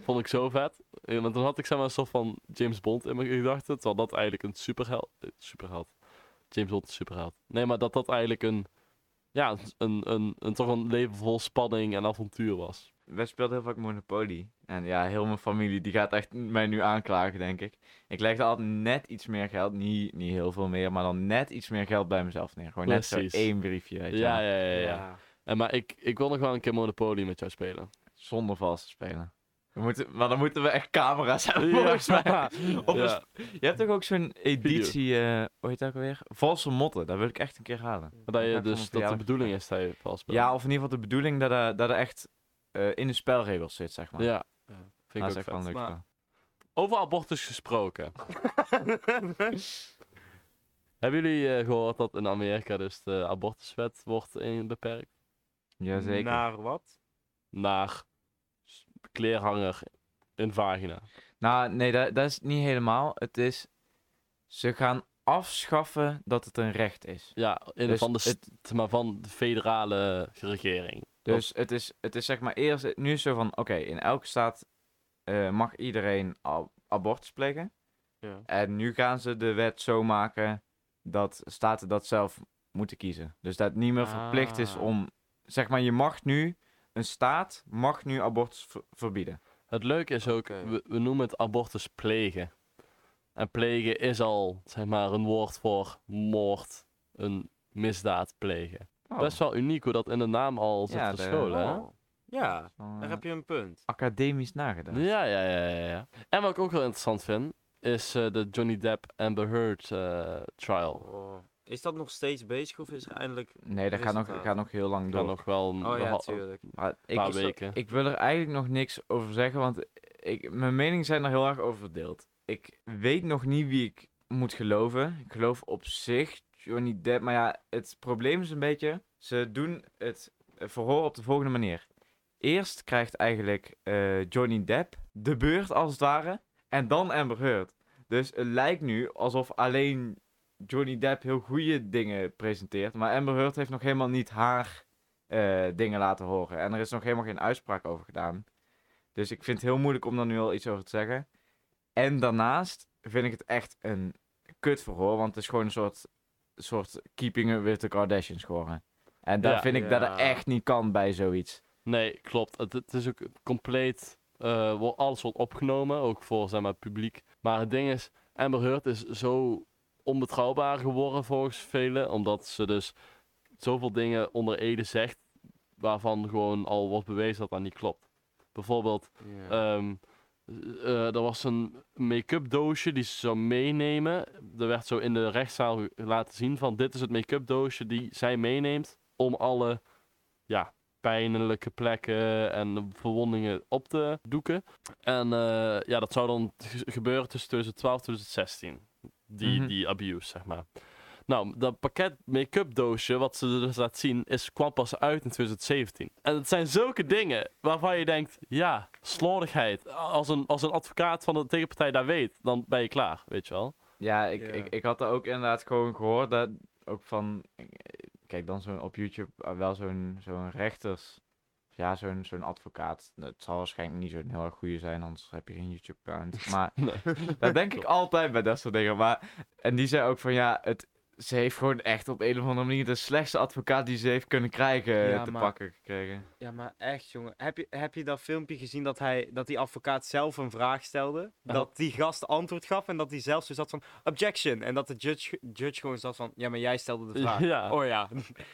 B: vond ik zo vet. Eh, Want dan had ik zeg maar een soort van James Bond in mijn gedachten, terwijl dat eigenlijk een superheld, eh, superheld, James Bond is superheld. Nee, maar dat dat eigenlijk een, ja, een, een, een toch een leven vol spanning en avontuur was.
A: Wij speelden heel vaak Monopoly. En ja, heel mijn familie die gaat echt mij nu aanklagen, denk ik. Ik legde altijd net iets meer geld, niet, niet heel veel meer, maar dan net iets meer geld bij mezelf neer. Gewoon net zo
B: Precies.
A: één briefje, weet je wel.
B: Ja, ja, ja, ja. En, maar ik, ik wil nog wel een keer Monopoly met jou spelen.
A: Zonder vals te spelen. We moeten, maar dan moeten we echt camera's [LAUGHS] hebben, [LAUGHS] volgens
B: [LAUGHS]
A: mij. Op een
B: Ja.
A: sp- Je hebt toch ook zo'n editie, eh hoe heet dat ook alweer? Valse motten, dat wil ik echt een keer halen.
B: Dat,
A: ga
B: je
A: ik voor mijn
B: dus, dat de
A: verjaardag
B: bedoeling is dat je vals speelt.
A: Ja, of in ieder geval de bedoeling dat er, dat er echt eh, in de spelregels zit, zeg maar.
B: Ja.
C: Ja.
A: dat
B: Vind ik
A: Nou, is
B: ook
A: echt wel
B: vet.
A: een leuk
C: maar-
A: spel.
B: [LAUGHS] Over abortus gesproken. Hebben jullie eh, gehoord dat in Amerika dus de abortuswet wordt in beperkt?
A: Jazeker.
C: Naar wat?
B: Naar s- kleerhanger in vagina.
A: Nou, nee, dat, dat is niet helemaal. Het is. Ze gaan afschaffen dat het een recht is.
B: Ja, in
A: Dus
B: van, de
A: het-
B: st- maar van de federale regering.
A: Dus het, is, het is zeg maar eerst. Nu is zo van: oké, in elke staat eh, mag iedereen ab- abortus plegen.
B: Ja.
A: En nu gaan ze de wet zo maken dat staten dat zelf moeten kiezen. Dus dat het niet meer verplicht is
B: Ah.
A: om. Zeg maar, je mag nu. Een staat mag nu abortus ver- verbieden.
B: Het leuke is ook,
C: Oké.
B: we, we noemen het abortus plegen. En plegen is al, zeg maar, een woord voor moord, een misdaad plegen.
A: Oh,
B: Best wel uniek hoe dat in de naam al zit
A: Ja, de-
B: verscholen, hè?
C: Oh. Ja,
A: wel, eh,
C: daar heb je een punt.
A: academisch nagedacht.
B: Ja, ja, ja, ja, ja. En wat ik ook heel interessant vind, is eh, de Johnny Depp Amber Heard eh, trial.
C: Oh. Is dat nog steeds bezig of is er eindelijk...
A: Nee, dat gaat nog,
C: Resultaat.
A: gaat nog heel lang
B: Ik
A: door.
B: kan nog wel een,
C: Oh
B: een
C: ja,
B: hal-
C: tuurlijk.
A: Maar
B: een
A: ik,
B: paar
A: ik-
B: weken.
A: ik wil er eigenlijk nog niks over zeggen, want ik, mijn meningen zijn er heel erg over verdeeld. Ik weet nog niet wie ik moet geloven. Ik geloof op zich Johnny Depp, maar ja, het probleem is een beetje, ze doen het verhoor op de volgende manier. Eerst krijgt eigenlijk eh, Johnny Depp de beurt als het ware, en dan Amber Heard. Dus het lijkt nu alsof alleen Johnny Depp heel goede dingen presenteert, maar Amber Heard heeft nog helemaal niet haar eh, dingen laten horen. En er is nog helemaal geen uitspraak over gedaan. Dus ik vind het heel moeilijk om daar nu al iets over te zeggen. En daarnaast vind ik het echt een kutverhoor, want het is gewoon een soort, soort keeping up with the Kardashians geworden. En daar
B: Ja.
A: vind ik dat
C: Ja.
A: het echt niet kan bij zoiets.
B: Nee, klopt. Het, het is ook compleet. eh, wordt alles wordt opgenomen, ook voor zeg maar, publiek. Maar het ding is, Amber Heard is zo onbetrouwbaar geworden volgens velen, omdat ze dus zoveel dingen onder Ede zegt, waarvan gewoon al wordt bewezen dat dat niet klopt. Bijvoorbeeld,
C: Ja.
B: ehm, eh, er was een make-up doosje die ze zou meenemen. Er werd zo in de rechtszaal ge- laten zien van dit is het make-up doosje die zij meeneemt om alle ja, pijnlijke plekken en verwondingen op te doeken. En eh, ja, dat zou dan ge- gebeuren tussen 2012 en 2016. Die,
A: Mhm.
B: die abuse, zeg maar. Nou, dat pakket make-up doosje wat ze dus laat zien, is, kwam pas uit in 2017. En het zijn zulke dingen waarvan je denkt, ja, slordigheid. Als een, als een advocaat van de tegenpartij daar weet, dan ben je klaar, weet je wel.
A: Ja, ik,
C: Ja.
A: Ik, ik had er ook inderdaad gewoon gehoord dat ook van. Kijk, dan zo'n op YouTube eh, wel zo'n zo'n rechters. Ja, zo'n zo'n advocaat. Het zal waarschijnlijk niet zo'n heel erg goede zijn, anders heb je geen YouTube-account.
C: [LAUGHS]
A: Maar dat denk ik altijd bij dat soort dingen. Maar, en die zei ook van ja, het, ze heeft gewoon echt op een of andere manier de slechtste advocaat die ze heeft kunnen krijgen eh,
C: Ja,
A: te
C: maar-
A: pakken gekregen.
C: ja, maar echt jongen. Heb je, heb je dat filmpje gezien dat, hij, dat die advocaat zelf een vraag stelde? Dat die gast antwoord gaf en dat hij zelf zo zat van objection. En dat de judge, judge gewoon zat van ja, maar jij
B: [LAUGHS]
C: stelde de vraag.
B: Ja.
C: Oh ja.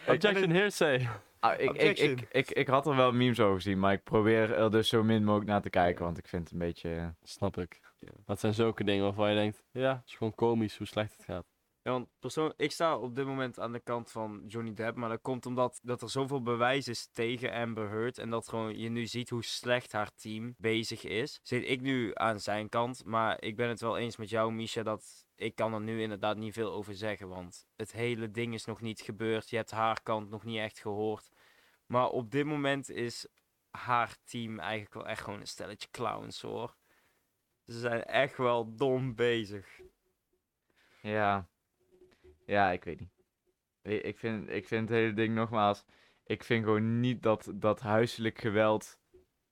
B: Objection hearsay. [LAUGHS]
A: Ah, ik, ik,
C: Objection.
A: ik, ik, ik had er wel memes over gezien, maar ik probeer er dus zo min mogelijk naar te kijken, want ik vind het een beetje... eh,
B: Snap ik.
C: Ja.
B: Maar het zijn zulke dingen waarvan je denkt, ja, het is gewoon komisch hoe slecht het gaat.
C: Ja, want persoon, ik sta op dit moment aan de kant van Johnny Depp, maar dat komt omdat dat er zoveel bewijs is tegen Amber Heard en dat gewoon je nu ziet hoe slecht haar team bezig is. Zit ik nu aan zijn kant, maar ik ben het wel eens met jou, Misha, dat ik kan er nu inderdaad niet veel over zeggen, want het hele ding is nog niet gebeurd. Je hebt haar kant nog niet echt gehoord. Maar op dit moment is haar team eigenlijk wel echt gewoon een stelletje clowns, hoor. Ze zijn echt wel dom bezig.
A: Ja. Ja, ik weet niet. Ik ik vind, ik vind het hele ding nogmaals. Ik vind gewoon niet dat, dat huiselijk geweld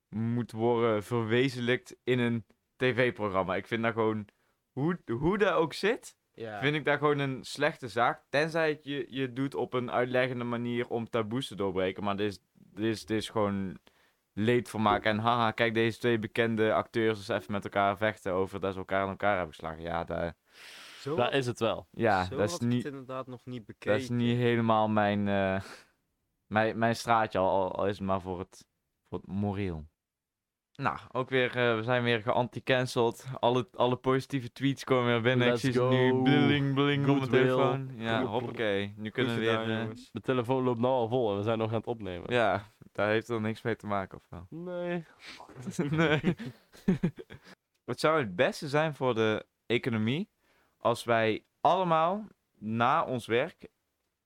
A: moet worden verwezenlijkt in een tv-programma. Ik vind dat gewoon, hoe, hoe dat ook zit,
C: Ja.
A: vind ik dat gewoon een slechte zaak. Tenzij het je, je doet op een uitleggende manier om taboes te doorbreken. Maar dit is, dit is, dit is gewoon leedvermaak. En haha, kijk deze twee bekende acteurs eens even met elkaar vechten over dat ze elkaar in elkaar hebben geslagen. Ja, dat,
C: Zo
B: Daar is het wel.
A: ja,
C: Zo
A: dat is
C: had ik
A: niet...
C: het inderdaad nog niet bekeken.
A: Dat is niet helemaal mijn, eh, mijn, mijn straatje, al- al, al is het maar voor het, voor het moreel. Nou, ook weer, eh, we zijn weer geanti-cancelled. Alle, alle positieve tweets komen weer binnen.
B: Let's
A: ik zie
B: go.
A: ze nu bling bling op mijn
B: Goodwill.
A: telefoon. Ja,
B: Goed
A: hoppakee. Nu kunnen we weer... eh,
B: De telefoon loopt nou al vol en we zijn nog aan het opnemen.
A: ja, daar heeft er niks mee te maken, of wel?
B: Nee.
A: [LAUGHS] nee. Wat zou het beste zijn voor de economie als wij allemaal na ons werk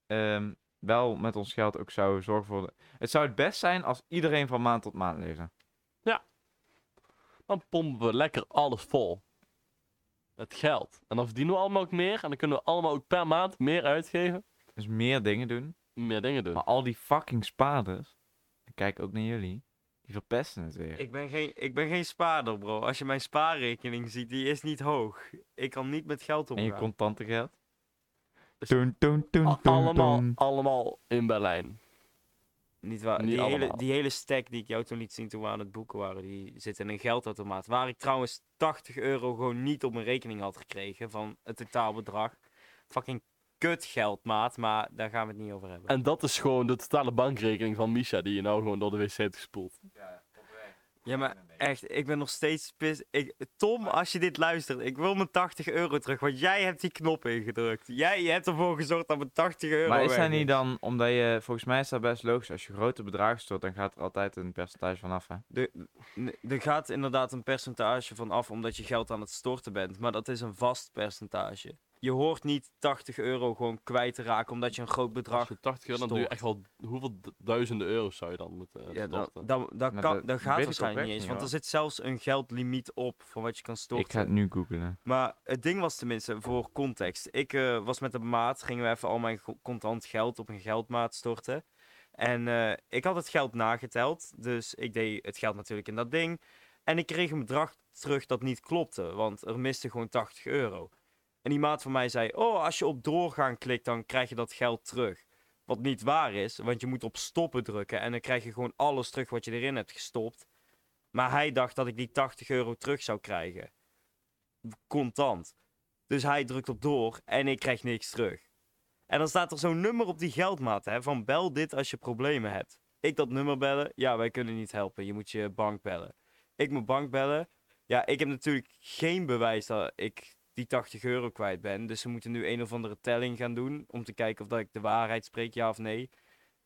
A: ehm, wel met ons geld ook zouden zorgen voor... de- Het zou het best zijn als iedereen van maand tot maand leefde.
B: Dan pompen we lekker alles vol. Het geld. En dan verdienen we allemaal ook meer. En dan kunnen we allemaal ook per maand meer uitgeven.
A: Dus meer dingen doen.
B: Meer dingen doen.
A: Maar al die fucking spaarders, ik kijk ook naar jullie, die verpesten het weer.
C: Ik ben, geen, ik ben geen spaarder, bro. Als je mijn spaarrekening ziet, die is niet hoog. Ik kan niet met geld
A: en
C: omgaan.
A: je contante geld.
B: Dus-
A: Toen, toen, toen,
B: A-
A: toen,
B: allemaal,
A: toen.
B: allemaal in Berlijn.
C: Niet waar.
B: Niet
C: die, hele,
B: allemaal.
C: die hele stack die ik jou toen liet zien toen we aan het boeken waren, die zit in een geldautomaat. Waar ik trouwens 80 euro gewoon niet op mijn rekening had gekregen van het totaalbedrag. Fucking kut geld, maat, maar daar gaan we het niet over hebben.
B: En dat is gewoon de totale bankrekening van Misha die je nou gewoon door de wc hebt gespoeld.
C: Ja, maar echt, ik ben nog steeds pis. Ik, Tom, als je dit luistert, ik wil mijn 80 euro terug, want jij hebt die knop ingedrukt. Jij hebt ervoor gezorgd dat mijn 80 euro
A: Maar is dat
C: weg
A: niet dan, omdat je, volgens mij is dat best logisch, als je grote bedragen stort, dan gaat er altijd een percentage vanaf, hè?
C: Nee, Er gaat inderdaad een percentage van af omdat je geld aan het storten bent, maar dat is een vast percentage. Je hoort niet 80 euro gewoon kwijt te raken omdat je een groot
B: Als
C: bedrag.
B: je 80 euro, dan doe je echt wel hoeveel d- duizenden euro's zou je dan moeten eh,
C: Ja, dat,
B: storten?
C: dat, dat,
A: Maar
C: kan,
A: dat
C: dat,
A: weet
C: gaat
A: ik
C: waarschijnlijk
A: oprecht
C: niet eens,
A: niet,
C: want er
A: hoor.
C: zit zelfs een geldlimiet op van wat je kan storten.
A: Ik ga het nu googlen.
C: Maar het ding was tenminste, voor context. Ik eh, was met een maat, gingen we even al mijn go- contant geld op een geldmaat storten. En eh, ik had het geld nageteld. Dus ik deed het geld natuurlijk in dat ding. En ik kreeg een bedrag terug dat niet klopte, want er miste gewoon 80 euro. En die maat van mij zei: Oh, als je op doorgaan klikt, dan krijg je dat geld terug. Wat niet waar is, want je moet op stoppen drukken en dan krijg je gewoon alles terug wat je erin hebt gestopt. Maar hij dacht dat ik die 80 euro terug zou krijgen contant. Dus hij drukt op door en ik krijg niks terug. En dan staat er zo'n nummer op die geldmaat, hè, van bel dit als je problemen hebt. Ik dat nummer bellen, ja, wij kunnen niet helpen, je moet je bank bellen. Ik mijn bank bellen, ja, ik heb natuurlijk geen bewijs dat ik die 80 euro kwijt ben. Dus ze moeten nu een of andere telling gaan doen om te kijken of dat ik de waarheid spreek, ja of nee.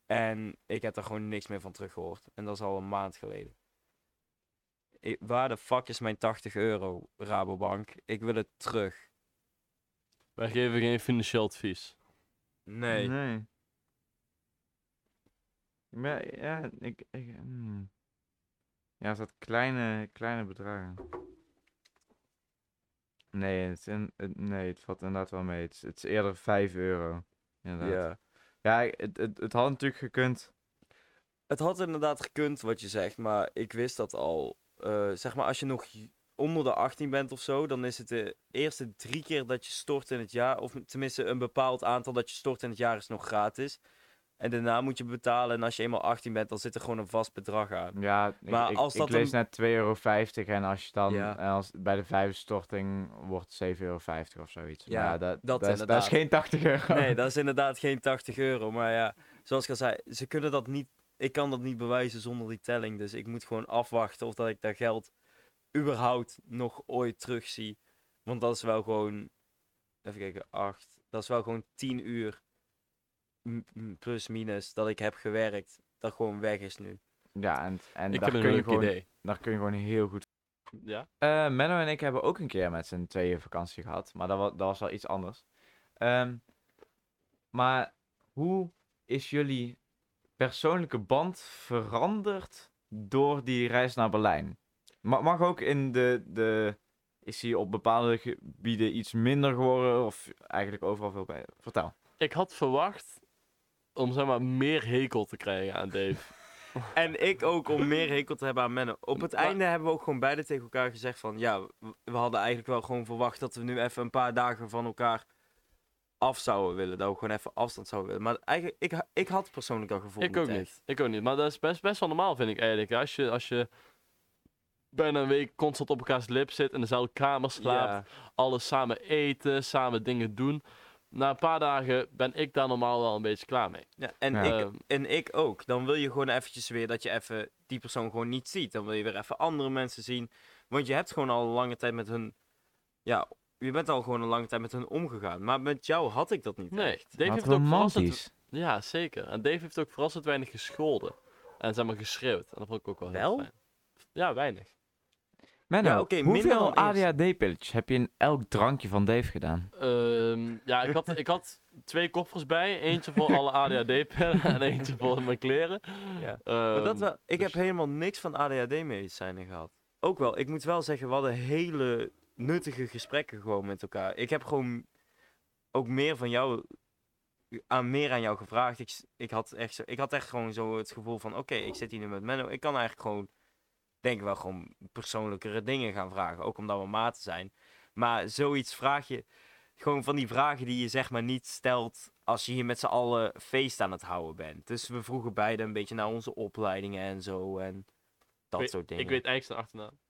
C: En ik heb daar gewoon niks meer van teruggehoord. En dat is al een maand geleden. Ik- waar de fuck is mijn 80 euro, Rabobank? Ik wil het terug.
B: Wij geven geen financieel advies.
C: Nee.
A: Maar ja, ik... ik hmm. Ja, het zijn kleine, kleine bedragen. Nee het, is in- het- nee, het valt inderdaad wel mee. Het is, het is eerder 5 euro. Inderdaad.
C: Ja.
A: Ja, het, het, het had natuurlijk gekund.
C: Het had inderdaad gekund wat je zegt, maar ik wist dat al. Eh, zeg maar, als je nog j- onder de 18 bent of zo, dan is het de eerste drie keer dat je stort in het jaar, of tenminste een bepaald aantal dat je stort in het jaar is nog gratis. En daarna moet je betalen en als je eenmaal 18 bent, dan zit er gewoon een vast bedrag aan.
A: Ja, ik,
C: Maar
A: ik,
C: als
A: ik
C: dat
A: lees
C: een-
A: net 2,50 euro en als je dan
C: Ja.
A: en als, bij de vijfde storting wordt het 7,50 euro of zoiets.
C: Ja,
A: maar ja, dat,
C: dat
A: dat, is, dat is
C: inderdaad.
A: geen 80 euro.
C: Nee, dat is inderdaad geen 80 euro. Maar ja, zoals ik al zei, ze kunnen dat niet. Ik kan dat niet bewijzen zonder die telling. Dus ik moet gewoon afwachten of dat ik dat geld überhaupt nog ooit terugzie. Want dat is wel gewoon. Even kijken, 8. Dat is wel gewoon 10 uur. m- m- Plus minus dat ik heb gewerkt. Dat gewoon weg is nu.
A: [LAUGHS] Ja, en, en
B: ik
A: daar,
B: heb een
A: kun je
B: leuk
A: gewoon,
B: idee.
A: daar kun je gewoon heel goed
B: Ja?
A: Eh, Menno en ik hebben ook een keer met z'n tweeën vakantie gehad. Maar dat, wa- dat was wel iets anders. Ehm, maar hoe is jullie persoonlijke band veranderd door die reis naar Berlijn? Ma- mag ook in de, de... Is hij op bepaalde gebieden iets minder geworden? Of eigenlijk overal veel bij? Vertel.
B: Ik had verwacht om zeg maar meer hekel te krijgen aan [LAUGHS] Dave.
C: En ik ook om meer hekel te hebben aan Menno. Op het
B: Maar-
C: einde hebben we ook gewoon beide tegen elkaar gezegd van... Ja, w- we hadden eigenlijk wel gewoon verwacht dat we nu even een paar dagen van elkaar af zouden willen. Dat we gewoon even afstand zouden willen. Maar eigenlijk, ik, ha- ik had persoonlijk dat gevoel
B: ik ook
C: echt.
B: niet. Ik ook niet. Maar dat is best, best wel normaal vind ik eigenlijk. Als je, als je bijna een week constant op elkaars lip zit en in dezelfde kamer slaapt.
C: Ja.
B: alles samen eten, samen dingen doen. Na een paar dagen ben ik daar normaal wel een beetje klaar mee.
C: Ja, en,
A: Ja.
C: Ik,
B: Ehm,
C: en ik ook. Dan wil je gewoon eventjes weer dat je even die persoon gewoon niet ziet. Dan wil je weer even andere mensen zien. Want je hebt gewoon al een lange tijd met hun... Ja, je bent al gewoon een lange tijd met hun omgegaan. Maar met jou had ik dat niet
B: nee,
C: echt.
B: Dave
A: Wat
B: heeft ook verrassend...
A: romantisch.
B: Ja, zeker. En Dave heeft ook verrassend weinig gescholden. En zeg maar geschreeuwd. En dat vond ik ook wel heel
C: Wel?
B: fijn. Ja, weinig.
A: Menno,
C: Ja, oké, minder
A: hoeveel
C: dan eerst.
A: ADHD-pilletjes heb je in elk drankje van Dave gedaan?
B: Ehm, ja, ik had, ik had twee koffers bij. Eentje voor alle ADHD-pillen en eentje voor mijn kleren.
C: Ja.
B: Ehm,
C: Maar dat wel, ik heb
B: dus-
C: helemaal niks van ADHD-medicijnen gehad. Ook wel, ik moet wel zeggen, we hadden hele nuttige gesprekken gewoon met elkaar. Ik heb gewoon ook meer van jou, aan meer aan jou gevraagd. Ik, s- ik, had, echt zo, ik had echt gewoon zo het gevoel van, oké, ik zit hier nu met Menno. Ik kan eigenlijk gewoon, denk ik wel, gewoon persoonlijkere dingen gaan vragen. Ook omdat we maten zijn. Maar zoiets vraag je, gewoon van die vragen die je zeg maar niet stelt als je hier met z'n allen feest aan het houden bent. Dus we vroegen beiden een beetje naar onze opleidingen en zo en dat
B: weet-
C: soort dingen.
B: Ik weet eigenlijk zijn achternaam.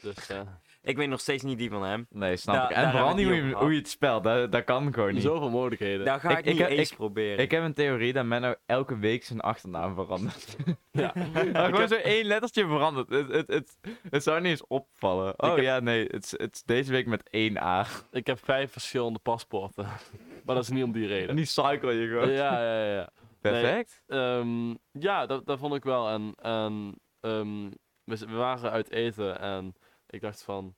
B: Dus eh
C: ik weet nog steeds niet die van hem.
A: Nee, snap ik.
C: Daar- Nou, daar
A: En vooral
C: hebben we
A: niet
C: het
A: hoe
C: niet
A: je,
C: over
A: hoe je het spelt, dat, dat kan gewoon niet.
B: zoveel mogelijkheden.
C: Daar ga
A: Ik-
C: ik,
A: ik
C: niet
A: heb-
C: eens
A: ik-
C: proberen.
A: Ik heb een theorie dat Menno elke week zijn achternaam
C: [LAUGHS]
A: verandert.
B: Ja.
A: [LAUGHS] Maar gewoon zo één lettertje verandert. Het, het, het, het zou niet eens opvallen. Oh
B: heb-
A: ja, nee, het, is- het is deze week met één A.
B: Ik heb vijf verschillende paspoorten. [LAUGHS] maar dat is niet om die reden.
A: En [LAUGHS] die cycle je
B: Ja,
C: Eh,
A: gewoon.
B: ja, ja. ja.
A: Perfect.
B: Ehm, ja, dat, dat vond ik wel. En, en ehm, we, z- we waren uit eten en ik dacht van,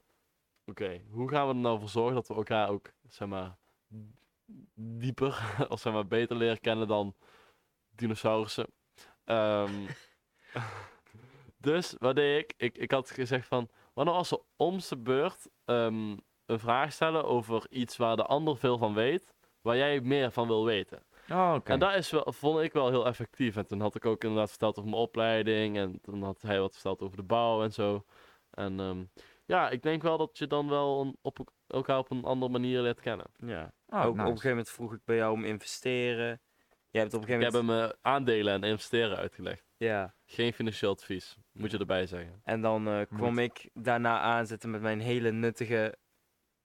B: oké, hoe gaan we er nou voor zorgen dat we elkaar ook, zeg maar, dieper, [LAUGHS] of zeg maar, beter leren kennen dan dinosaurussen. Ehm, [LAUGHS] dus wat deed ik? ik? Ik had gezegd van, wat nou als we om de beurt ehm, een vraag stellen over iets waar de ander veel van weet, waar jij meer van wil weten.
A: Oh, oké.
B: En dat is wel, vond ik wel heel effectief. En toen had ik ook inderdaad verteld over mijn opleiding. En toen had hij wat verteld over de bouw en zo. En ehm, ja, ik denk wel dat je dan wel een- op, elk- elkaar op een andere manier leert kennen.
C: Ja.
A: Oh,
C: ook op een
A: nice.
C: gegeven moment vroeg ik bij jou om investeren. Jij hebt op een
B: Ik
C: gegeven
B: heb
C: moment...
B: hem eh, aandelen en investeren uitgelegd.
C: Ja.
B: Geen financieel advies, moet je erbij zeggen.
C: En dan eh, kwam ik daarna aanzetten met mijn hele nuttige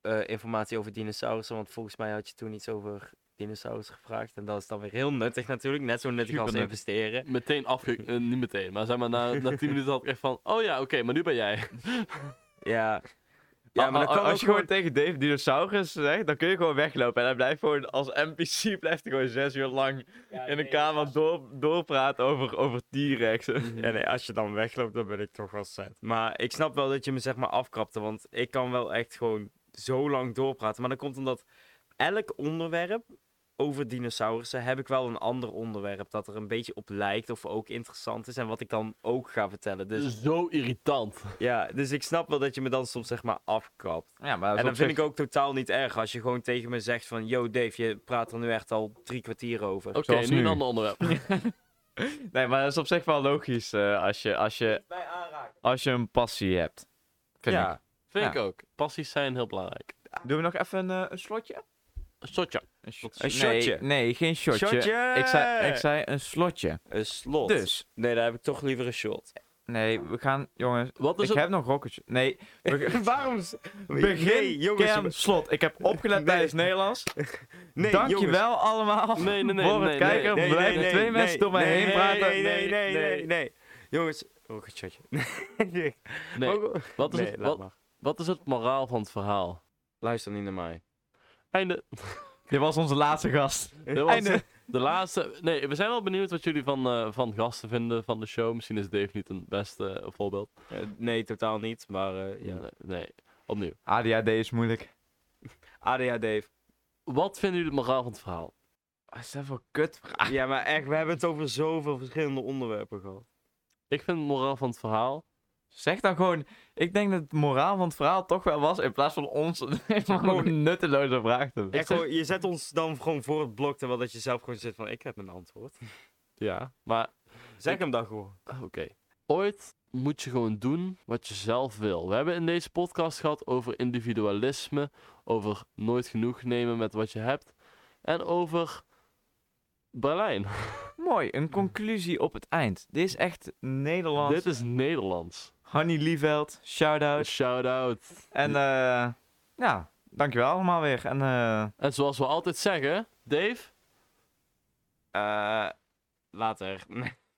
C: eh, informatie over dinosaurussen. Want volgens mij had je toen iets over dinosaurussen gevraagd. En dat is dan weer heel nuttig natuurlijk. Net zo nuttig als
A: Supernuttig.
C: investeren.
B: Meteen afge... eh, niet meteen, maar zeg maar na, na 10 minuten had ik echt van... Oh ja, oké, maar nu ben jij.
C: Ja. Ja,
A: Al-
C: maar dan
A: al-
C: kan
A: als
C: ook
A: je gewoon
C: gewoon...
A: tegen Dave Dinosaurus zegt, dan kun je gewoon weglopen. En hij blijft gewoon als NPC [LAUGHS] blijft hij gewoon zes uur lang in de kamer door, doorpraten over, over T-Rexen.
C: Ja, nee, als je dan wegloopt, dan ben ik toch wel set. Maar ik snap wel dat je me zeg maar afkrapte. Want ik kan wel echt gewoon zo lang doorpraten. Maar dat komt omdat elk onderwerp over dinosaurussen heb ik wel een ander onderwerp dat er een beetje op lijkt of ook interessant is en wat ik dan ook ga vertellen. Dus
A: Mm.
B: Zo irritant.
C: Ja, dus ik snap wel dat je me dan soms zeg maar afkapt.
A: Ja, maar
C: en dan vind ik ook totaal niet erg als je gewoon tegen me zegt van... Yo Dave, je praat er nu echt al drie kwartier over.
B: Oké,
A: Zoals
B: nu
A: nu.
B: een ander onderwerp.
A: Nee, maar dat is op zich wel logisch eh, als, je, als, je,
C: Bij aanraken.
A: als je een passie hebt. Vind
C: ja.
A: ik.
B: Vind
A: Ja.
B: ik ook. Passies zijn heel belangrijk.
A: Doen we nog even een, eh, een slotje?
B: Sotja.
A: Een,
C: Een shotje.
A: Nee, nee, geen shotje.
C: Shotje!
A: Ik, zei, ik zei een slotje.
C: Een slot.
A: Dus,
C: Nee, daar heb ik toch liever een shot.
A: nee, we gaan, jongens.
B: Wat is
A: ik
B: het?
A: heb nog rocketje. Nee,
C: [LAUGHS]
A: we-
C: Waarom? s-
A: begin,
C: nee, jongens.
A: kern, slot. Ik heb opgelet
C: [LAUGHS] Nee.
A: tijdens Nederlands.
C: nee, jongens.
A: Dankjewel allemaal
B: Nee, nee, nee,
A: voor het
B: nee,
A: kijken.
C: Nee,
A: Blijven
C: nee, nee,
A: twee
C: nee,
A: mensen door mij
C: nee,
A: heen
C: nee,
A: praten.
C: Nee, nee, nee,
B: Nee,
C: nee,
B: nee.
C: nee. Jongens. Ook een shotje. [LAUGHS] Nee.
B: Nee,
C: Ook-
B: wat is
C: nee,
B: het...
C: laat
B: Wat,
C: maar.
B: Wat is het moraal van het verhaal?
C: Luister niet naar mij.
B: Einde.
A: Dit was onze laatste gast.
B: Dat was
A: Einde.
B: de laatste. Nee, we zijn wel benieuwd wat jullie van, eh, van gasten vinden van de show. Misschien is Dave niet een beste eh, voorbeeld.
C: Eh, nee, totaal niet. Maar eh, ja.
B: Nee, nee, opnieuw.
A: ADHD is moeilijk. [LAUGHS]
C: ADHD. Dave.
B: Wat vinden jullie het moraal van het verhaal?
A: Wat is dat voor kut?
C: Ja, maar echt, we hebben het over zoveel verschillende onderwerpen gehad.
B: Ik vind het moraal van het verhaal.
A: Zeg dan gewoon, ik denk dat het moraal van het verhaal toch wel was, in plaats van [LAUGHS] ons gewoon een nutteloze vraag te
B: Ik
C: Echt,
B: zeg-
C: gewoon, je zet ons dan gewoon voor het blok, terwijl dat je zelf gewoon zit van, ik heb een antwoord.
B: Ja, maar eh,
C: Zeg hem dan gewoon.
B: oké. Ooit moet je gewoon doen wat je zelf wil. We hebben in deze podcast gehad over individualisme, over nooit genoeg nemen met wat je hebt en over Berlijn.
A: Mooi, een conclusie op het eind. Dit is echt Nederlands.
B: Dit is Nederlands.
A: Hanny Lieveld, shout-out.
B: Shout out.
A: En eh ja, dankjewel allemaal weer. En eh,
B: En zoals we altijd zeggen, Dave,
C: Eh later.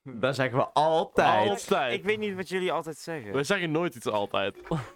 A: dat zeggen we altijd.
B: altijd.
C: Ik weet niet wat jullie altijd zeggen.
B: We zeggen nooit iets altijd.